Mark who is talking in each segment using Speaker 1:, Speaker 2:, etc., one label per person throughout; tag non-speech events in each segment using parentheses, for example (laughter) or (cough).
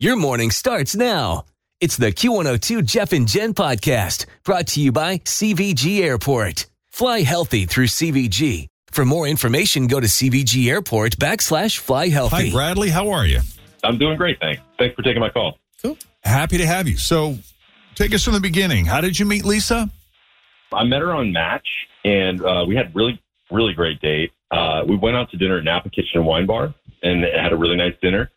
Speaker 1: Your morning starts now. It's the Q102 Jeff and Jen podcast brought to you by CVG Airport. Fly healthy through CVG. For more information, go to CVG Airport backslash fly
Speaker 2: Hi,
Speaker 1: healthy.
Speaker 2: Bradley. How are you?
Speaker 3: I'm doing great, thanks. Thanks for taking my call.
Speaker 2: Happy to have you. So, take us from the beginning. How did you meet Lisa?
Speaker 3: I met her on Match, and uh, we had really, really great date. Uh, we went out to dinner at Napa Kitchen and Wine Bar, and had a really nice dinner.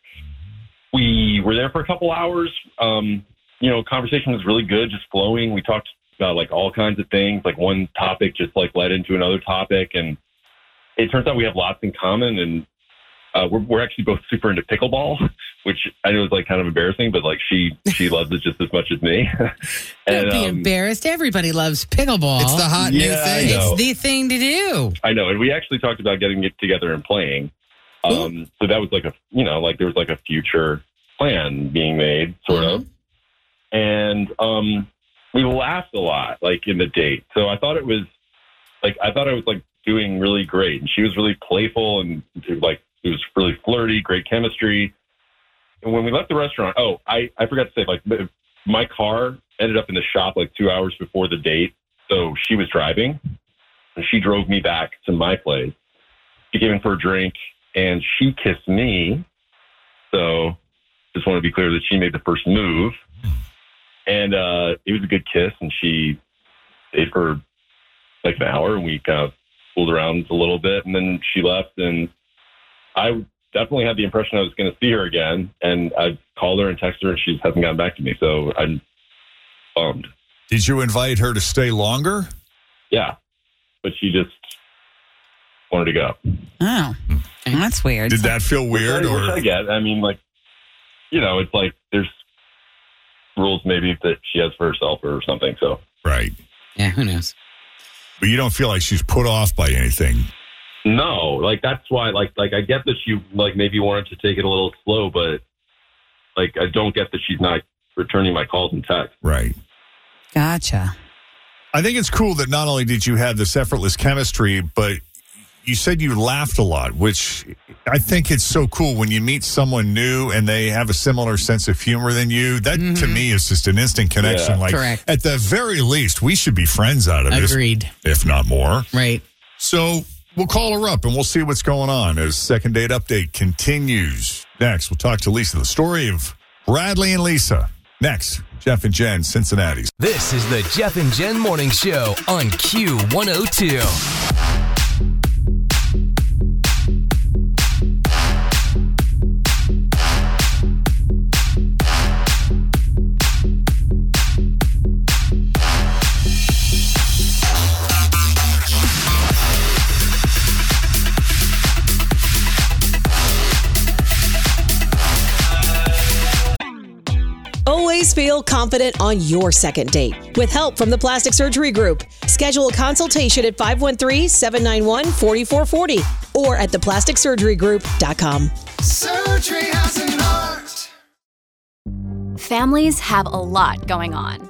Speaker 3: We were there for a couple hours. Um, you know, conversation was really good, just flowing. We talked about like all kinds of things, like one topic just like led into another topic, and it turns out we have lots in common. And uh, we're, we're actually both super into pickleball, (laughs) which I know is like kind of embarrassing, but like she she loves it just as much as me. (laughs)
Speaker 4: Don't
Speaker 3: And,
Speaker 4: be
Speaker 3: um,
Speaker 4: embarrassed. Everybody loves pickleball.
Speaker 5: It's the hot new
Speaker 3: Yeah, I
Speaker 5: thing.
Speaker 3: know.
Speaker 5: It's-
Speaker 4: It's the thing to do.
Speaker 3: I know, and we actually talked about getting it together and playing. Um, so that was like a, you know, like there was like a future plan being made, sort of. And um, we laughed a lot, like in the date. So I thought it was, like, I thought I was like doing really great, and she was really playful and like it was really flirty, great chemistry. And when we left the restaurant, oh, I I forgot to say, like, m- my car ended up in the shop like two hours before the date, so she was driving and she drove me back to my place. She came in for a drink and she kissed me. So just want to be clear that she made the first move. And uh, it was a good kiss and she stayed for like an hour and we kind of fooled around a little bit and then she left and I definitely had the impression I was going to see her again and I called her and texted her and she hasn't gotten back to me. So I'm bummed.
Speaker 2: Did you invite her to stay longer?
Speaker 3: Yeah. But she just wanted to go.
Speaker 4: Oh, that's weird.
Speaker 2: Did that feel weird?
Speaker 3: Which I, which I
Speaker 2: Or
Speaker 3: get. I mean, like, you know, it's like there's rules maybe that she has for herself or something. So
Speaker 2: right?
Speaker 4: yeah, who knows?
Speaker 2: But you don't feel like she's put off by anything.
Speaker 3: no, like that's why, like, like I get that she like maybe wanted to take it a little slow, but like I don't get that she's not returning my calls and texts.
Speaker 2: Right.
Speaker 4: Gotcha.
Speaker 2: I think it's cool that not only did you have this effortless chemistry, but you said you laughed a lot, which I think it's so cool when you meet someone new and they have a similar sense of humor than you. That to
Speaker 4: Mhm.
Speaker 2: me is just an instant connection.
Speaker 3: Yeah.
Speaker 2: Like
Speaker 4: Correct.
Speaker 2: at the very least, we should be friends out of this,
Speaker 4: Agreed.
Speaker 2: if not more.
Speaker 4: Right.
Speaker 2: So we'll call her up and we'll see what's going on as second date update continues. Next, we'll talk to Lisa. The story of Bradley and Lisa. Next, Jeff and Jen, Cincinnati.
Speaker 1: This is the Jeff and Jen morning show on Q102.
Speaker 6: Always feel confident on your second date with help from the Plastic Surgery Group. Schedule a consultation at 513 791 4440 or at theplasticsurgerygroup.com.
Speaker 5: Surgery has an art.
Speaker 7: Families have a lot going on.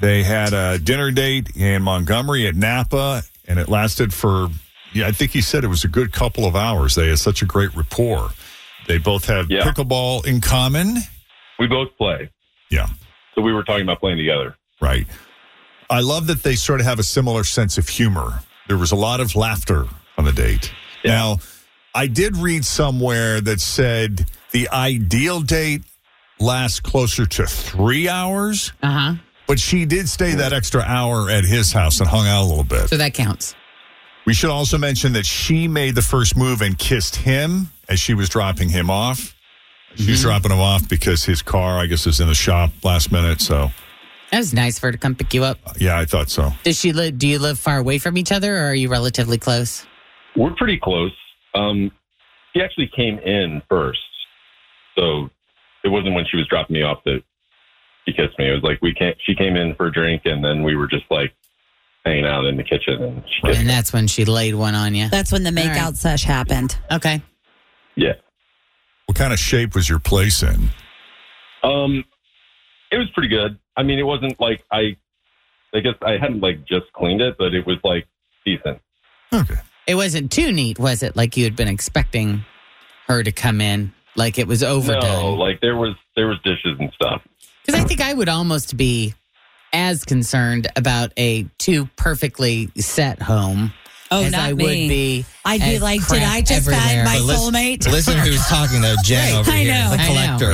Speaker 2: They had a dinner date in Montgomery at Napa, and it lasted for, yeah, I think he said it was a good couple of hours. They had such a great rapport. They both have
Speaker 3: Yeah.
Speaker 2: pickleball in common.
Speaker 3: We both play.
Speaker 2: Yeah.
Speaker 3: So we were talking about playing together.
Speaker 2: Right. I love that they sort of have a similar sense of humor. There was a lot of laughter on the date. Now, I did read somewhere that said the ideal date lasts closer to three hours,
Speaker 4: Uh
Speaker 6: Uh-huh.
Speaker 4: huh.
Speaker 2: but she did stay that extra hour at his house and hung out a little bit.
Speaker 4: So that counts.
Speaker 2: We should also mention that she made the first move and kissed him as she was dropping him off. She was dropping him off because his car, I guess, is in the shop last minute. So,
Speaker 4: That was nice for her to come pick you up.
Speaker 2: yeah, I thought so.
Speaker 4: Does she live? Do you live far away from each other, or are you relatively close?
Speaker 3: We're pretty close. Um, she actually came in first. So it wasn't when she was dropping me off that she kissed me. It was like we came, she came in for a drink and then we were just like hanging out in the kitchen and she kissed
Speaker 4: And that's when she laid one on you.
Speaker 6: That's when the
Speaker 4: right.
Speaker 6: makeout sesh happened.
Speaker 4: Okay.
Speaker 3: Yeah.
Speaker 2: What kind of shape was your place in?
Speaker 3: Um, it was pretty good. I mean, it wasn't like I, I guess I hadn't like just cleaned it, but it was like decent.
Speaker 2: Okay.
Speaker 4: It wasn't too neat, was it? Like you had been expecting her to come in, like it was
Speaker 3: No,
Speaker 4: overdone.
Speaker 3: like there was there was dishes and stuff.
Speaker 4: Because I think I would almost be as concerned about a too perfectly set home
Speaker 6: Oh,
Speaker 4: as
Speaker 6: not
Speaker 4: I
Speaker 6: me.
Speaker 4: would be.
Speaker 6: I'd be
Speaker 4: as
Speaker 6: like, did
Speaker 4: crap
Speaker 6: I just
Speaker 4: everywhere.
Speaker 6: find my
Speaker 8: But listen-
Speaker 6: soulmate?
Speaker 8: Listen to who's talking though, Jen over
Speaker 6: I
Speaker 8: here,
Speaker 6: know.
Speaker 8: the
Speaker 4: I know.
Speaker 8: collector.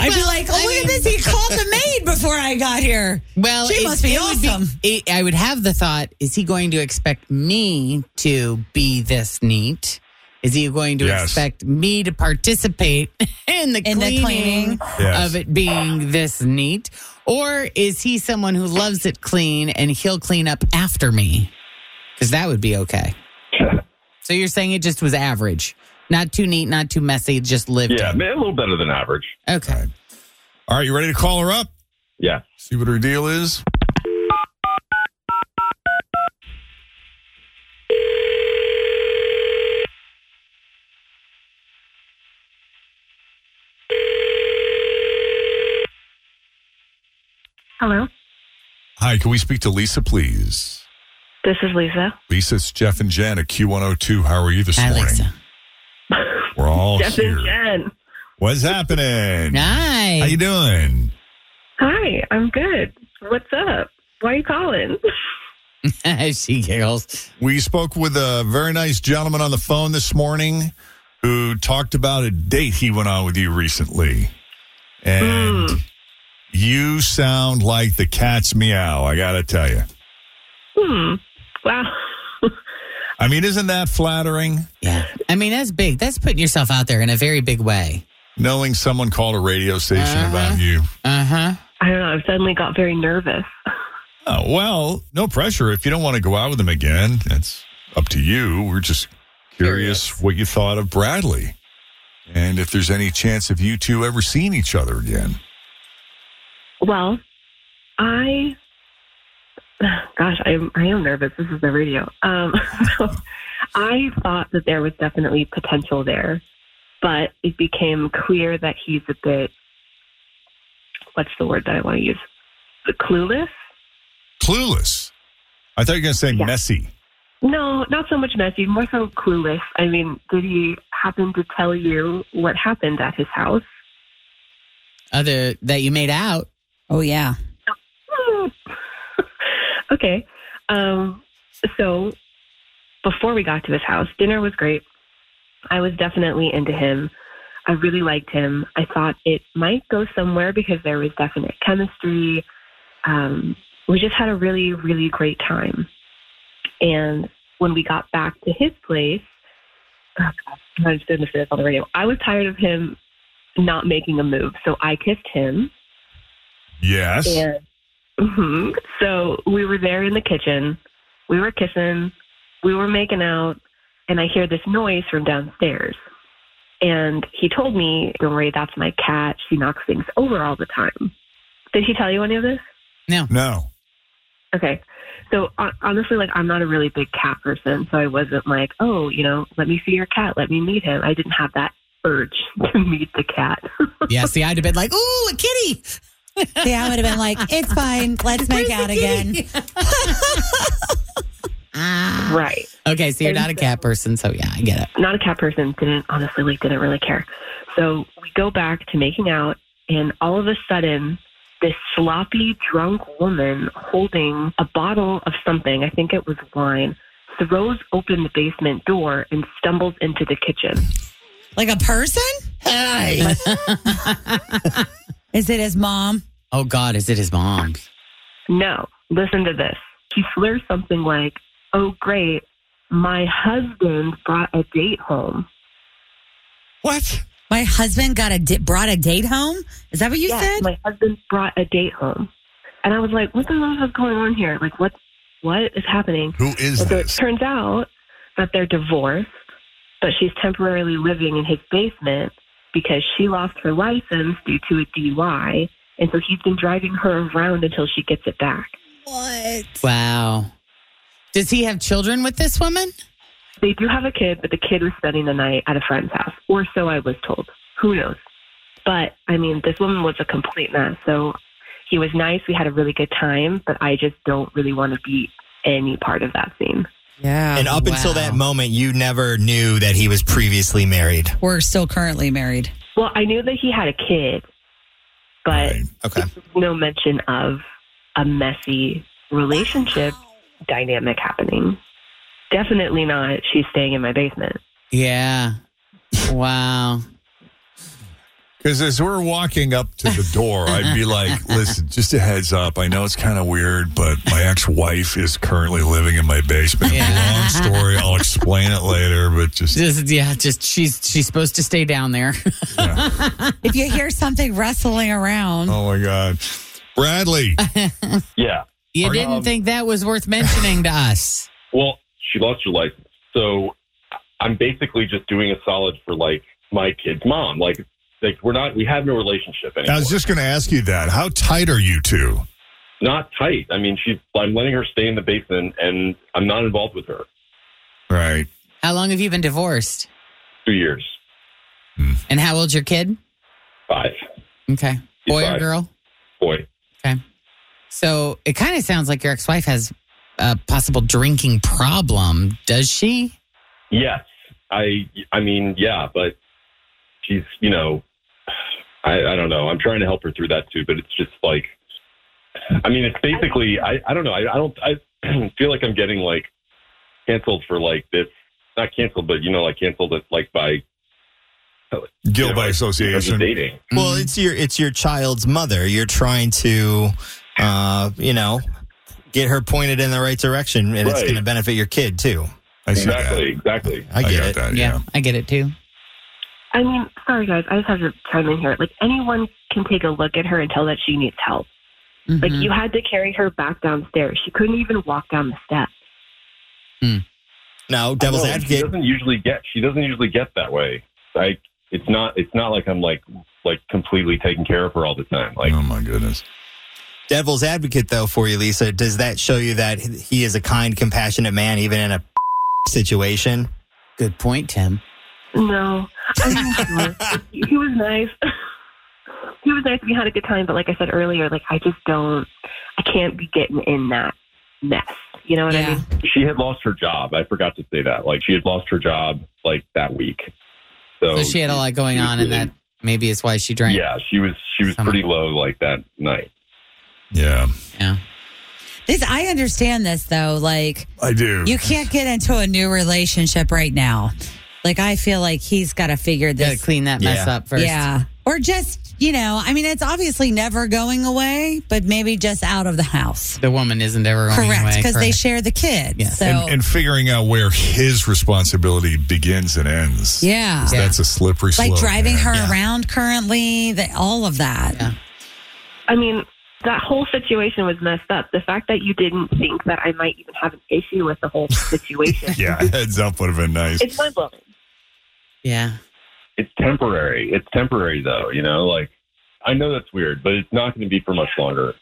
Speaker 6: I'd be like, oh,
Speaker 4: I
Speaker 6: look
Speaker 4: mean-
Speaker 6: at this. He called the maid before I got here.
Speaker 4: (laughs) Well,
Speaker 6: She must be
Speaker 4: would
Speaker 6: awesome.
Speaker 4: it- I would have the thought: Is he going to expect me to be this neat? Is he going to
Speaker 2: Yes.
Speaker 4: expect me to participate (laughs) in the
Speaker 6: In the
Speaker 4: cleaning,
Speaker 6: cleaning.
Speaker 2: Yes.
Speaker 4: of it being this neat, or is he someone who loves it clean and he'll clean up after me? Because that would be
Speaker 2: (laughs)
Speaker 4: okay. so you're saying it just was average, not too neat, not too messy, just lived.
Speaker 3: Yeah,
Speaker 4: in.
Speaker 3: ma- a little better than average.
Speaker 4: Okay.
Speaker 2: All right, you ready to call her up?
Speaker 3: Yeah.
Speaker 2: See what her deal is?
Speaker 7: Hello,
Speaker 2: Hi, can we speak to Lisa, please?
Speaker 7: this is Lisa.
Speaker 2: Lisa, it's Jeff and Jen at Q102. How are you this
Speaker 4: Hi,
Speaker 2: morning? (laughs)
Speaker 4: Lisa.
Speaker 2: We're all
Speaker 7: Jeff
Speaker 2: here.
Speaker 7: and Jen.
Speaker 2: What's happening?
Speaker 4: Nice. (laughs)
Speaker 2: How you doing?
Speaker 7: Hi, I'm good. What's up? Why are you calling?
Speaker 4: she giggles.
Speaker 2: We spoke with a very nice gentleman on the phone this morning who talked about a date he went on with you recently. And you sound like the cat's meow, I got to tell you.
Speaker 7: (laughs) Hmm. Wow.
Speaker 2: I mean, isn't that flattering?
Speaker 4: Yeah. I mean, that's big. That's putting yourself out there in a very big way.
Speaker 2: Knowing someone called a radio station about you.
Speaker 4: Uh huh.
Speaker 7: I don't know. I've suddenly got very nervous.
Speaker 2: Oh, well, no pressure. If you don't want to go out with him again, that's up to you. We're just curious, what you thought of Bradley and if there's any chance of you two ever seeing each other again.
Speaker 7: Well, I. Gosh, I am. I am nervous. This is the radio. Um, (laughs) so I thought that there was definitely potential there, but it became clear that he's a bit. What's the word that I want to use? Clueless.
Speaker 2: Clueless. I thought you were going to say
Speaker 7: Yeah.
Speaker 2: messy.
Speaker 7: No, not so much messy, more so clueless. I mean, did he happen to tell you what happened at his house?
Speaker 4: Other that you made out.
Speaker 6: Oh, yeah.
Speaker 7: Hmm. (laughs) okay. Um, so before we got to his house, dinner was great. I was definitely into him. I really liked him. I thought it might go somewhere because there was definite chemistry. Um, we just had a really, really great time. And when we got back to his place, oh God, I'm just going to say this on the radio. I was tired of him not making a move, so I kissed him.
Speaker 2: Yes.
Speaker 7: And hmm so we were there in the kitchen. We were kissing. We were making out. And I hear this noise from downstairs. And he told me, Don't worry, that's my cat. She knocks things over all the time. Did he tell you any of this?
Speaker 2: No.
Speaker 7: Okay. So hon- honestly, like I'm not a really big cat person, so I wasn't like, oh, you know, let me see your cat, let me meet him. I didn't have that urge (laughs) to meet the cat. (laughs)
Speaker 4: Yeah. See, I'd have been like, "Ooh, a kitty."
Speaker 6: (laughs) Yeah, I would have been like, it's fine. Let's make out again.
Speaker 7: Right.
Speaker 4: Okay, so you're not a cat person, so yeah, I get it.
Speaker 7: Not a cat person. Didn't honestly, like, didn't really care. So we go back to making out, and all of a sudden, this sloppy drunk woman holding a bottle of something, I think it was wine, throws open the basement door and stumbles into the kitchen.
Speaker 6: Like a person? Hey. (laughs) Is it his mom?
Speaker 4: Oh God, is it his mom?
Speaker 7: No, listen to this. She slurs something like, Oh, great, my husband brought a date home.
Speaker 6: What? My husband got a di- brought a date home. Is that what you
Speaker 7: Yes,
Speaker 6: said?
Speaker 7: My husband brought a date home. And I was like, What the hell is going on here? Like, what, what is happening?
Speaker 2: Who is
Speaker 7: And so it turns out that they're divorced, but she's temporarily living in his basement because she lost her license due to a DUI. And so he's been driving her around until she gets it back.
Speaker 6: What?
Speaker 4: Wow. Does he have children with this woman?
Speaker 7: They do have a kid, but the kid was spending the night at a friend's house, or so I was told. Who knows? But I mean, this woman was a complete mess. So he was nice. We had a really good time, but I just don't really want to be any part of that scene.
Speaker 6: Oh,
Speaker 4: Yeah.
Speaker 8: And up until that moment, you never knew that he was previously married.
Speaker 6: We're still currently married.
Speaker 7: Well, I knew that he had a kid, but
Speaker 8: Okay.
Speaker 7: no mention of a messy relationship dynamic happening. Definitely not. She's staying in my basement.
Speaker 4: Yeah. Wow.
Speaker 2: Because as we're walking up to the door, I'd be
Speaker 7: (laughs)
Speaker 2: like, listen, just a heads up. I know it's kind of weird, but my ex wife is currently living in my basement. Long story. I'll explain it later, but just.
Speaker 4: Just, yeah, just she's she's supposed to stay down there.
Speaker 6: (laughs) If you hear something rustling around,
Speaker 2: Oh my God. Bradley.
Speaker 3: Yeah.
Speaker 4: You
Speaker 3: Are-
Speaker 4: didn't
Speaker 3: um,
Speaker 4: think that was worth mentioning to us.
Speaker 3: Well, she lost her license. So I'm basically just doing a solid for like my kid's mom. Like, like we're not, we have no relationship anymore.
Speaker 2: I was just going to ask you that. How tight are you two?
Speaker 3: not tight. I mean, she's, I'm letting her stay in the basement and I'm not involved with her.
Speaker 2: Right.
Speaker 4: How long have you been divorced?
Speaker 3: Two years,
Speaker 4: And how old's your kid?
Speaker 3: five,
Speaker 4: Okay. Boy or
Speaker 3: Five.
Speaker 4: girl?
Speaker 3: boy.
Speaker 4: So it kind of sounds like your ex wife has a possible drinking problem. Does she?
Speaker 3: Yes. I, I mean, yeah, but she's, you know, I, I don't know. I'm trying to help her through that too, but it's just like, I mean, it's basically, I, I don't know. I, I don't, I (clears throat) feel like I'm getting like canceled for like this, not canceled, but you know, like canceled it like by
Speaker 2: Guilt by
Speaker 3: because of
Speaker 2: association.
Speaker 3: dating.
Speaker 8: Well,
Speaker 4: Mm.
Speaker 8: it's your it's your child's mother. You're trying to, uh, you know, get her pointed in the right direction, and it's
Speaker 3: Right.
Speaker 8: going to benefit your kid too.
Speaker 2: I see that.
Speaker 3: Exactly. Exactly.
Speaker 8: I
Speaker 2: I
Speaker 8: get
Speaker 2: got
Speaker 8: it.
Speaker 2: that.
Speaker 4: yeah,
Speaker 2: Yeah.
Speaker 4: I get it too.
Speaker 7: I mean, sorry guys, I just have to chime in here. Like anyone can take a look at her and tell that she needs help. Like
Speaker 6: Mm-hmm.
Speaker 4: Mhm.
Speaker 7: you had to carry her back downstairs. She couldn't even walk down the steps.
Speaker 8: No, devil's
Speaker 3: No, She
Speaker 8: advocate.
Speaker 3: doesn't usually get. She doesn't usually get that way. Like it's not. It's not like I'm like like completely taking care of her all the time. Like
Speaker 2: oh my goodness.
Speaker 8: Devil's advocate, though, for you, Lisa. Does that show you that he is a kind, compassionate man, even in a (laughs) situation?
Speaker 4: Good point, Tim.
Speaker 7: No, I mean, (laughs) sure. he he was nice. (laughs) he was nice. We had a good time, but like I said earlier, like I just don't, I can't be getting in that mess. You know what I
Speaker 4: Yeah.
Speaker 7: mean?
Speaker 3: she had lost her job. I forgot to say that. Like she had lost her job like that week. So,
Speaker 8: Oh,
Speaker 4: So she had a lot going on, and that maybe is why she drank.
Speaker 3: Yeah, she was. She was
Speaker 4: Someone-
Speaker 3: pretty low like that night.
Speaker 2: Yeah.
Speaker 6: this I understand this though. Like
Speaker 2: I do.
Speaker 6: you can't get into a new relationship right now. Like I feel like he's got to figure
Speaker 4: You gotta
Speaker 6: this.
Speaker 4: clean that mess
Speaker 8: Yeah.
Speaker 4: up first.
Speaker 6: Yeah, or just you know, I mean, it's obviously never going away, but maybe just out of the house.
Speaker 4: The woman isn't ever going
Speaker 6: Correct,
Speaker 4: away.
Speaker 6: because they
Speaker 4: correct.
Speaker 6: share the kids.
Speaker 4: Yes.
Speaker 6: So
Speaker 2: and, and figuring out where his responsibility begins and ends.
Speaker 6: yeah.
Speaker 4: Yeah.
Speaker 2: That's a slippery slope.
Speaker 6: Like driving
Speaker 2: man.
Speaker 6: her
Speaker 8: Yeah.
Speaker 6: around currently, that all of that.
Speaker 4: Yeah.
Speaker 7: I mean, that whole situation was messed up. The fact that you didn't think that I might even have an issue with the whole situation.
Speaker 2: (laughs) (laughs) Yeah, heads up would have been nice.
Speaker 7: It's mind blowing.
Speaker 4: yeah.
Speaker 3: It's temporary. It's temporary though. You know, like I know that's weird, but it's not going to be for much longer.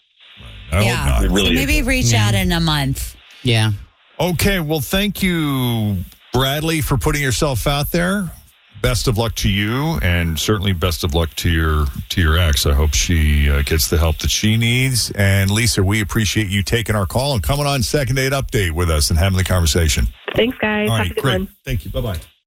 Speaker 2: I hope
Speaker 6: Yeah.
Speaker 2: not.
Speaker 3: It really.
Speaker 6: Maybe
Speaker 3: isn't.
Speaker 6: reach
Speaker 4: Yeah.
Speaker 6: out in a month.
Speaker 4: Yeah.
Speaker 2: Okay, well, thank you, Bradley, for putting yourself out there. best of luck to you, and certainly best of luck to your to your ex. I hope she uh, gets the help that she needs. And Lisa, we appreciate you taking our call and coming on second date update with us and having the conversation.
Speaker 7: Thanks, guys.
Speaker 2: All
Speaker 7: Have
Speaker 2: right,
Speaker 7: a good
Speaker 2: great.
Speaker 7: one.
Speaker 2: Thank you. Bye bye.